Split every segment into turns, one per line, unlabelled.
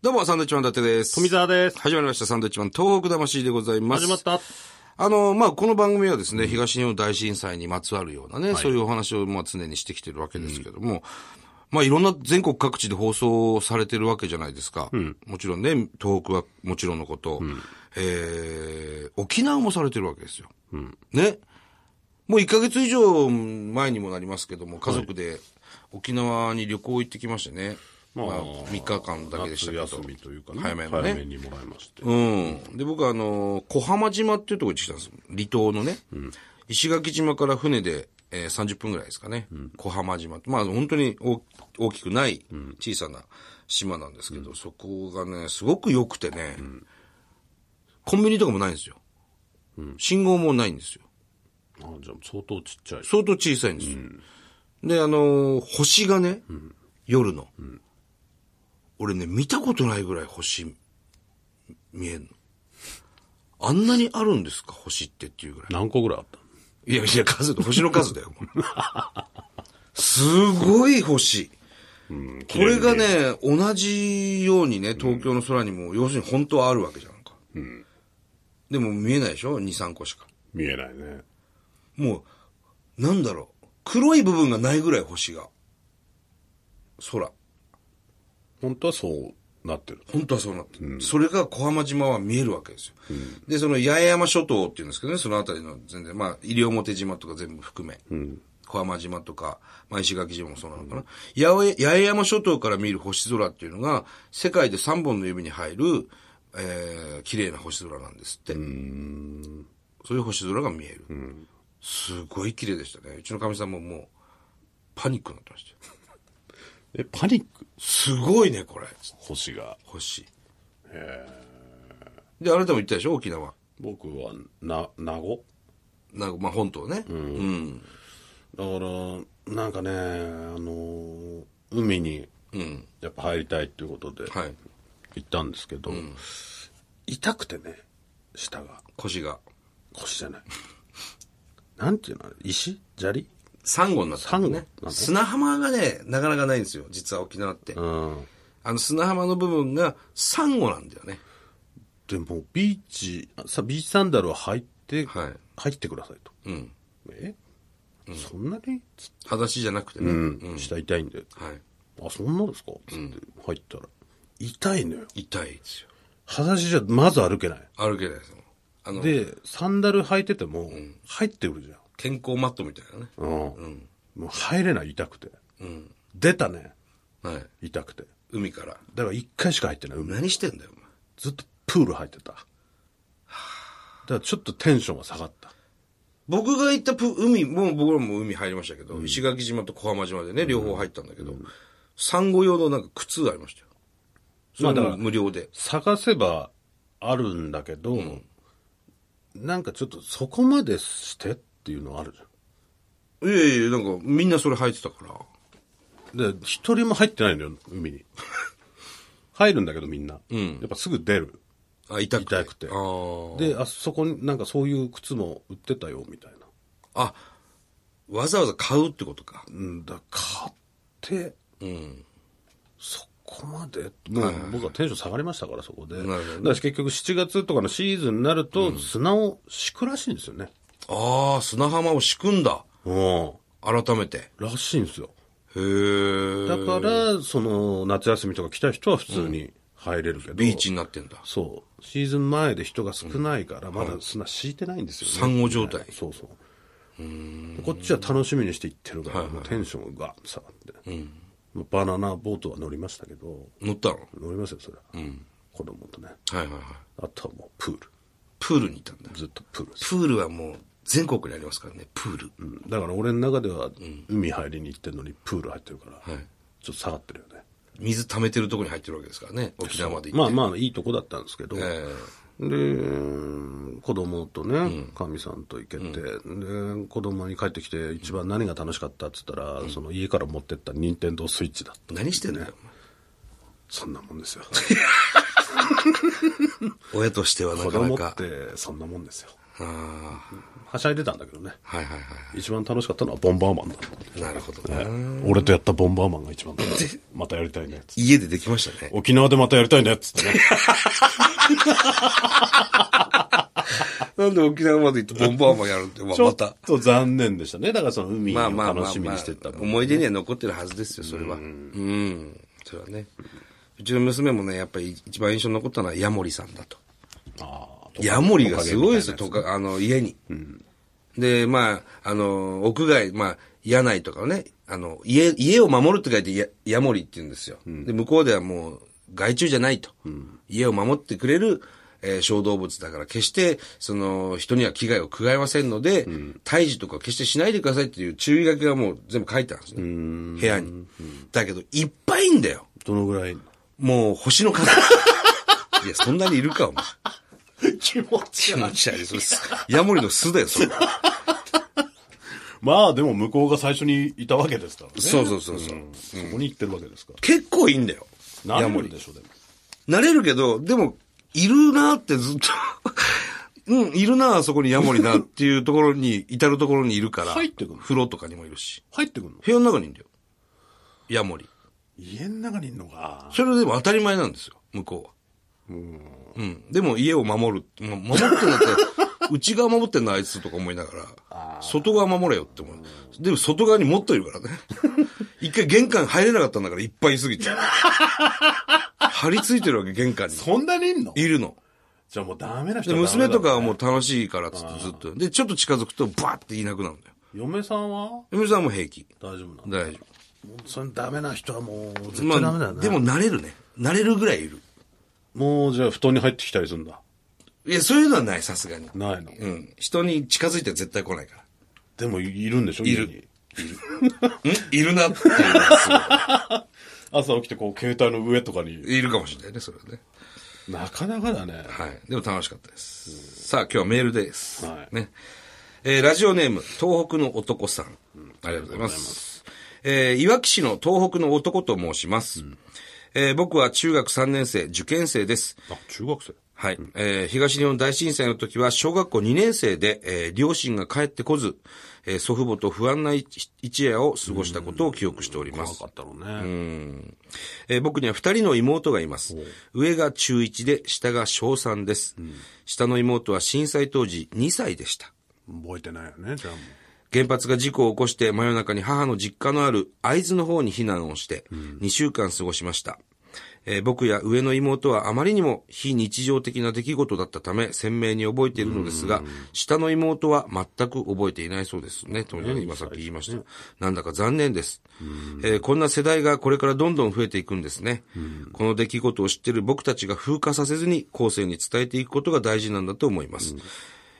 どうも、サンドイッチマン伊達です。
富澤です。
始まりました、サンドイッチマン東北魂でございます。
始まった。
あの、まあ、この番組はですね、東日本大震災にまつわるようなね、そういうお話をまあ常にしてきてるわけですけども、まあ、いろんな全国各地で放送されてるわけじゃないですか。もちろんね、東北はもちろんのこと、えー、沖縄もされてるわけですよ。ね。もう1ヶ月以上前にもなりますけども、家族で沖縄に旅行行ってきましてね。ま
まあ
あ、3日間だけでした
夏
けど。
休みというかね。
早めのね
早めにもらいまして。
うん。で、僕はあのー小浜島っていうところに来たんですよ離島のね。石垣島から船で、えー30分ぐらいですかね。小浜島。まあ本当に大大きくない小さな島なんですけど、そこがね、すごく良くてね、コンビニとかもないんですよ。信号もないんですよ。
あじゃあ相当ちっちゃい。
相当小さいんですよ。で、あのー星がね、夜の、俺ね、見たことないぐらい星、見えんの。あんなにあるんですか星ってっていうぐらい。
何個ぐらいあったの
いやいや、数、星の数だよ。もうすごい星。これがね、同じようにね、東京の空にも、要するに本当はあるわけじゃんか。でも見えないでしょ ?2、3個しか。
見えないね。
もう、なんだろう。黒い部分がないぐらい星が。空。
本当はそうなってる。
本当はそうなってる、それが小浜島は見えるわけですよ。で、その八重山諸島っていうんですけどね、そのあたりの全然、まあ、西表島とか全部含め、小浜島とか、まあ、石垣島もそうなのかな、八重。八重山諸島から見る星空っていうのが、世界で3本の指に入る、えー、綺麗な星空なんですって。そういう星空が見える。すごい綺麗でしたね。うちのかみさんももう、パニックになってましたよ。
え、パニック
すごいね、これ。
星が。
星。で、あなたも行ったでしょ沖縄。
僕は、な、名護
なんか、まあ、本島ね。うん。
だから、なんかね、あのー海に、
うん。
やっぱ入りたいっていうことで、
はい。
行ったんですけど、痛くてね、下が。
腰が。
腰じゃない。なんていうのあれ石砂利
サンゴになった、
サン
ね
ゴ。なんか
砂浜がね、なかなかないんですよ。実は沖縄って。
うん。
あの砂浜の部分がサンゴなんだよね。
でもビーチさビーチサンダルを履いて、
はい
入ってくださいと
うん。
え、そんなにつって、
裸足じゃなくてね。
下痛いんで
はい。
あそんなですかつって入ったら、痛いのよ
痛いですよ。
裸足じゃまず歩けない
歩けないですもん。あの、
でサンダル履いてても入ってくるじゃん
健康マットみたいなね。
うん、もう入れない痛くて
うん。
出たね
はい。
痛くて
海から。
だから一回しか入ってない海
何してんだよ、お前。
ずっとプール入ってただからちょっとテンションが下がった
僕が行ったプ海、もう僕らも海入りましたけど、石垣島と小浜島でね、両方入ったんだけど、産後用のなんか靴ありましたよ。それ
まあだか
も
ら
無料で。
探せばあるんだけど、なんかちょっとそこまでしてっていうのあるじ
いやいや、なんかみんなそれ履いてたから。
ゃん。で、一人も入ってないのよ、海に。 入るんだけどみんな。やっぱすぐ出る。
あ、痛くて。
痛くて
あー
で、あそこになんかそういう靴も売ってたよ、みたいな。
あ、わざわざ買うってことか。
うんだ、買って、
うん。
そこまでもう僕はテンション下がりましたから、そこで。だ
ほ
か
どね
ら結局7月とかのシーズンになると、砂を敷くらしいんですよね。
ああ、砂浜を敷くんだ。
うん。
改めて。
らしいんですよ。
へえ。
だから、その、夏休みとか来た人は普通に入れるけど、
ビーチになってんだ。
そう。シーズン前で人が少ないから、まだ砂敷いてないんですよね。
産後状態
そうそう。こっちは楽しみにして行ってるから、もうテンションがガーッと下がって。もうバナナボートは乗りましたけど、
乗ったの
乗りますよ、それは。子供とね。
はいはいはい。
あとはもうプール。
プールにいたんだ。
ずっとプールです。
プールはもう全国にありますからね、プール。
うんだから俺の中では、海入りに行ってるのにプール入ってるから、
はい
ちょっと下がってるよね。
水溜めてるとこに入ってるわけですからね、沖縄まで行
ま
っ
あ
て。
まあ、いいとこだったんですけど、
え
で、子供とね、かみさんと行けて、で、子供に帰ってきて、一番何が楽しかったって言ったら、その家から持ってった任天堂スイッチだった。
え何してんだよ、
そんなもん ですよ。
お前親としてはな
子
かな
供っ
か。
て、そんなもんですよ。
あ
はしゃいでたんだけどね。
あ、はいはいは
一番楽しかったのはボンバーマンだった。
い。なるほどね。
俺とやったボンバーマンが一番楽しかったまたやりたいね。つって
家でできましたね。
沖縄でまたやりたいね。つってね。
なんで沖縄まで行ってボンバーマンやるって、 まあ
ちょ
ま。
ったと残念でしたね。だからその海を
まあまあま
楽
あ
しみ
ま
に
あ
してた、もん
思い出には残ってるはずですよ、それは。うん。それはね。うちの娘もね、やっぱり一番印象に残ったのはヤモリさんだと。
あー
ヤモリがすごいですよ、とか、あの、家に。で、まあ、あの、屋外、まあ、屋内とかね、あの、家、家を守るって書いてやヤモリって言うんですよ。で、向こうではもう、害虫じゃないと。家を守ってくれる、えー小動物だから、決して、その、人には危害を加えませんので、退治とか決してしないでくださいっていう注意書きがもう全部書いてあるんですね。部屋に。だけど、いっぱいいんだよ。
どのぐらい
もう、星 の数。いや、そんなにいるか、お前。
気持 ち
気持ち悪い。それ、ヤモリの巣だよ、それ。
まあでも向こうが最初にいたわけですからね。
そうそうそうそう
うんそこに行ってるわけですから。
結構いいんだよ。
なれるでしょ、でも。
慣れるけど、でも、いるなってずっと、うん、いるなあそこにヤモリなっていうところに、至るところにいるから。
入ってくの
風呂とかにもいるし。
入ってくんの
部屋の中にいるんだよ。ヤモリ。
家の中にいんのか。
それでも当たり前なんですよ、向こうは。うん。でも家を守る。ま守ってんだって、 内側守ってんのあいつとか思いながら、外側守れよって思う。でも外側にもっといるからね。 一回玄関入れなかったんだからいっぱいいすぎて。張り付いてるわけ、玄関に。
そんなにいんの
いるの。
じゃあもうダメな人
で、
はダメだ
娘とかはもう楽しいからっつってずっと。で、ちょっと近づくとバーっていなくなるんだよ。
嫁さんは
嫁さんも平気。
大丈夫なの
大丈
そのダメな人はもう絶
夫。
対ダメだよね。
でも慣れるね。慣れるぐらいいる。
もうじゃあ布団に入ってきたりするんだ。
いや、そういうのはない、さすがに。
ないの。
うん。人に近づいて絶対来ないから。
でもいるんでしょい
る。んいるなっていうのがす
朝起きてこう携帯の上とかに。
ごい。いるかもしれないね、それはね。
なかなかだね。
はい。でも楽しかったです。さあ、今日はメールです。
はい
ね。えーラジオネーム、東北の男さん。ありがとうございます。えーいわき市の東北の男と申します。えー僕は中学3年生、受験生です。
あ、中学生。
はい。えー東日本大震災の時は、小学校2年生で、えー両親が帰ってこず、えー祖父母と不安な一一夜を過ごしたことを記憶しておりま
怖
す
か。ったろうね。
えー僕には二人の妹がいます。上が中1で、下が小3です。下の妹は震災当時2歳でした。
覚えてないよね、じゃあもう。
原発が事故を起こして真夜中に母の実家のある会津の方に避難をして、2週間過ごしました。えー僕や上の妹はあまりにも非日常的な出来事だったため鮮明に覚えているのですが、下の妹は全く覚えていないそうですね。というふうに今さっき言いました。なんだか残念です、えーこんな世代がこれからどんどん増えていくんですね。この出来事を知っている僕たちが風化させずに後世に伝えていくことが大事なんだと思います。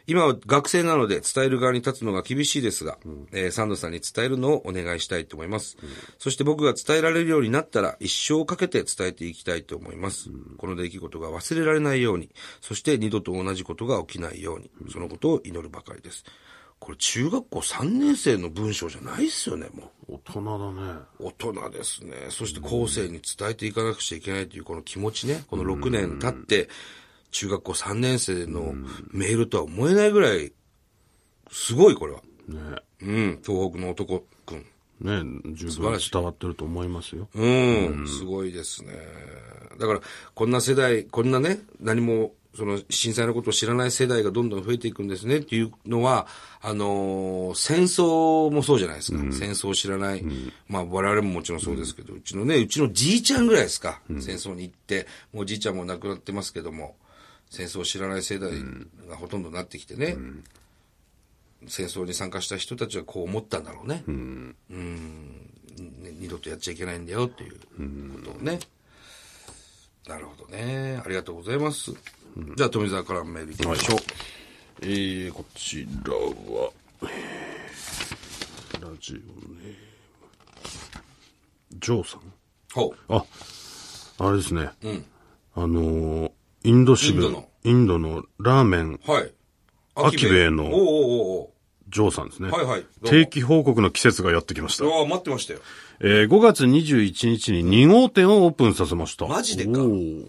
今は学生なので伝える側に立つのが厳しいですが、えーサンドさんに伝えるのをお願いしたいと思います、そして僕が伝えられるようになったら一生をかけて伝えていきたいと思います、この出来事が忘れられないように、そして二度と同じことが起きないように、そのことを祈るばかりです。これ中学校3年生の文章じゃないですよね、もう。
大人だね。
大人ですね。そして後世に伝えていかなくちゃいけないというこの気持ちね。この6年経って、中学校3年生のメールとは思えないぐらい、すごいこれは。
ね
うん、東北の男くん。
ね十分伝わってると思いますよ。
うん、すごいですね。だから、こんな世代、こんなね、何も、その震災のことを知らない世代がどんどん増えていくんですねっていうのは、あのー戦争もそうじゃないですか。戦争を知らない。まあ我々ももちろんそうですけど、うちのね、うちのじいちゃんぐらいですか。戦争に行って、もうじいちゃんも亡くなってますけども、戦争を知らない世代がほとんどなってきてね、戦争に参加した人たちはこう思ったんだろうね。ね二度とやっちゃいけないんだよっていうことをね。なるほどね。ありがとうございます。じゃあ、富澤からメールいきましょう。
えー、こちらは、ラジオネーム。ジョーさん
ほう。
あ、あれですね。あのーインド支部、
インドの
インドのラーメン、
はい。
アキベイの
おうおうおう
ジョーさんですね。
はいはいどうも
定期報告の季節がやってきました。
おう。ああ、待ってましたよ。
えー5月21日に2号店をオープンさせました。
マジでか
おー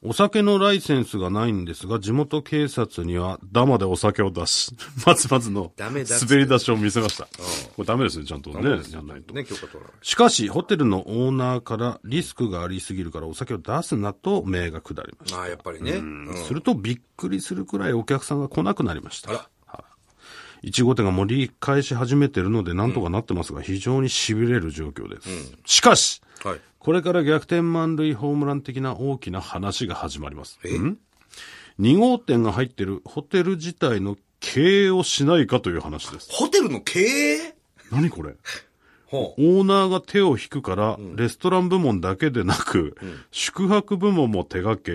お酒のライセンスがないんですが、地元警察にはダマでお酒を出し、 まずまずの
ダメだっつって
滑り出しを見せました。これダメですね、ちゃんとね、やんないと。
ね、許可取らない。
しかし、ホテルのオーナーからリスクがありすぎるからお酒を出すなと命が下りました。
まあ、やっぱりね。うん
するとびっくりするくらいお客さんが来なくなりました。
あら
はい1号店が盛り返し始めてるのでなんとかなってますが、非常に痺れる状況です。しかし、
はい。
これから逆転満塁ホームラン的な大きな話が始まります。ん ?2 号店が入ってるホテル自体の経営をしないかという話 です。
ホテルの経営
何これ
ほう。
オーナーが手を引くから、レストラン部門だけでなく、宿泊部門も手掛け、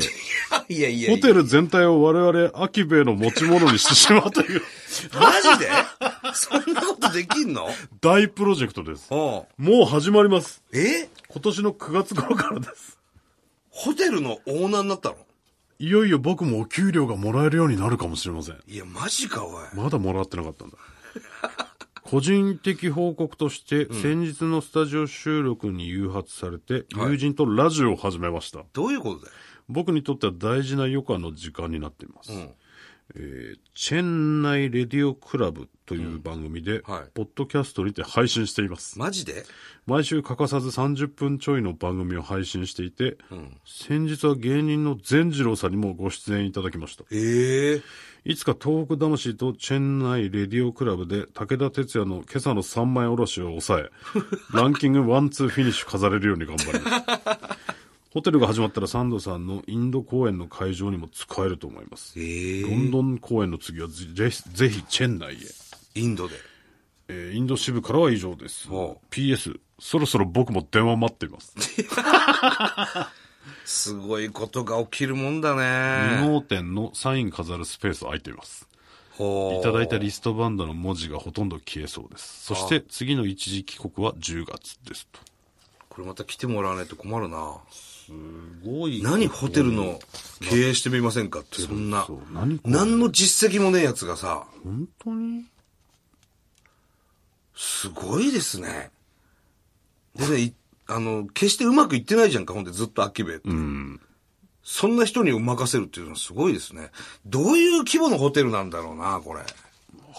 いやいやいや。
ホテル全体を我々、秋兵衛の持ち物にしてしまうという
マジでそんなことできんの
大プロジェクトです。
ほ
もう始まります。
う。え
今年の9月頃からです。
ホテルのオーナーになったの
いよいよ僕もお給料がもらえるようになるかもしれません。
いや、マジか、おい。
まだもらってなかったんだ。個人的報告として、先日のスタジオ収録に誘発されて、友人とラジオを始めました。
どういうことだよ。
僕にとっては大事な余暇の時間になっています。
ん
えーチェンナイレディオクラブという番組で、
はい
ポッドキャストにて配信しています。
マジで
毎週欠かさず30分ちょいの番組を配信していて、先日は芸人の善次郎さんにもご出演いただきました。
ええ
いつか東北魂とチェンナイレディオクラブで武田鉄矢の今朝の三枚おろしを抑え、ランキングワンツーフィニッシュ飾れるように頑張ります。ホテルが始まったらサンドさんのインド公演の会場にも使えると思います。
ええ
ロンドン公演の次はぜぜひぜひチェンナイへ。
インドで。
えーインド支部からは以上です
おう。
PS、そろそろ僕も電話待っています。
すごいことが起きるもんだ
2
ね。
号店のサイン飾るスペース空いています。
ほう
いただいたリストバンドの文字がほとんど消えそうです。そして次の一時帰国は10月ですと。
これまた来てもらわないと困るな。
すごい
何ホテルの経営してみませんかって、そんな
そう。何これ
何の実績もねえやつがさ、
本当に
すごいですね。でね、いあの、決してうまくいってないじゃんか、ほんでずっとアキベって。そんな人に任せるっていうのはすごいですね。どういう規模のホテルなんだろうな、これ。
わ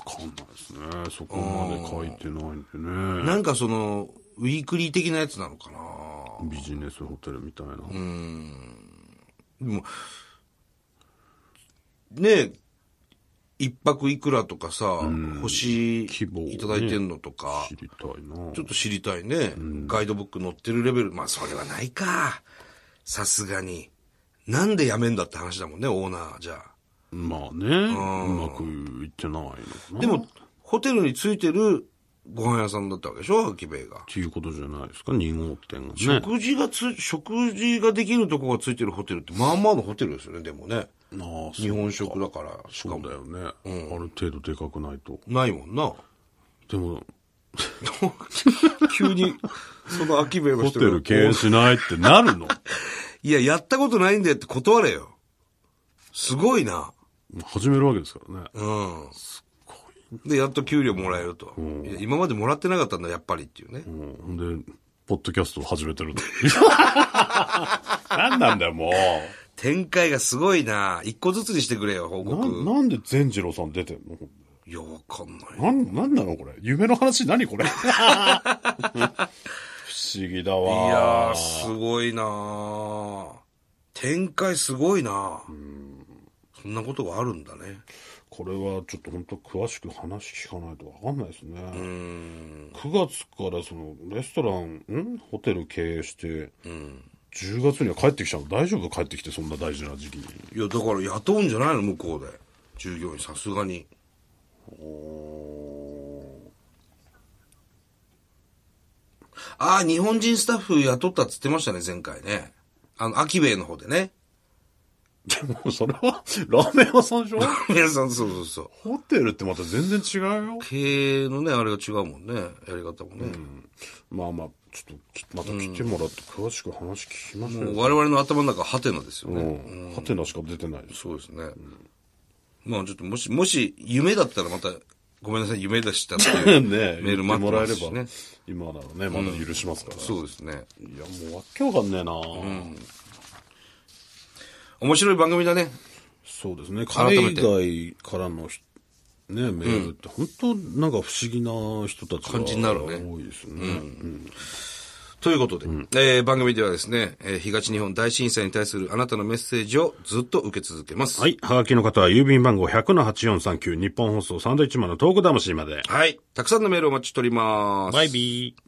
かんないですね。そこまで書いてないんでね。
なんかその、ウィークリー的なやつなのかな。
ビジネスホテルみたいな。
でも、ねえ、一泊いくらとかさ、星い
希望をね
ただいてんのとか、
知りたいな。
ちょっと知りたいね。ガイドブック載ってるレベル。まあ、それはないか。さすがに。なんでやめんだって話だもんね、オーナーじゃあ。
まあね、うまくいってないのかな。
で
っ
も、ホテルについてるご飯屋さんだったわけでしょアキベイが。
ていうことじゃないですか、2号店がね。
食事がつ、食事ができるとこがついてるホテルって、まあまあのホテルですよね、でもね。
ああ、
日
そう
本食だから、しか
そう
も。
だよね、ある程度でかくないと。
ないもんな。
でも、
急に、そのアキベイの
ホ
人
テ
が
ル経営しないってな るの
いや、やったことないんだよって断れよ。すごいな。
始めるわけですからね。
うん。で、やっと給料もらえると。いや今までもらってなかったんだ、やっぱりっていうね。
うん。で、ポッドキャストを始めてるの。何なんだよ、もう。
展開がすごいな。一個ずつにしてくれよ、報
な
告。
なんで善次郎さん出てんの
いや、わかんない。
なん、なんなのこれ夢の話何これ不思議だ
いや
わ。
ー、すごいな展開すごいなそんなことがあるんだね。
これはちょっと本当詳しく話聞かないとわかんないですね。9月からそのレストラン、んホテル経営して、10月には帰ってきちゃうの大丈夫帰ってきてそんな大事な時期に。
いや、だから雇うんじゃないの、向こうで。従業員、さすがに。ああ、日本人スタッフ雇ったっつってましたね、前回ね。あの、アキベイの方でね。
で もそれはラーメン屋さんでしょ
皆さん、そうそうそう。
ホテルってまた全然違うよ。
経営のね、あれが違うもんね。やり方もね。
まあまあ、ちょっと、ちょっとまた来てもらって詳しく話聞きましょう
もう
よ。
我々の頭の中はハテナですよ
う
ね。
ん。ハテナしか出てないです。
そうですね。まあちょっともし、もし夢だったらまた、ごめんなさい、夢でしたって いう
ね
メール
言っ
待
て
っ
も
て
ら
ま
え
す
れ
し
ば
ね。
今ならね、まだ許しますから。
そうですね。
いや、もうわっけわかんねえな、
うん。面白い番組だね。
そうですね。
改
海
めて
外からのひね、メールって、本当なんか不思議な人たちが
感じになるね
多いですね。
ということで、えー番組ではですね、えー東日本大震災に対するあなたのメッセージをずっと受け続けます。。
はいい。はがきの方は郵便番号100-8439日本放送サンドイッチマンのトーク魂まで。
はい。たくさんのメールをお待ちしております。
ビー。